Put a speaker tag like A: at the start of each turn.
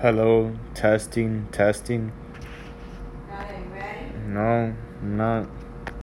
A: Hello, testing, testing.
B: Got it, ready?
A: No, I'm not.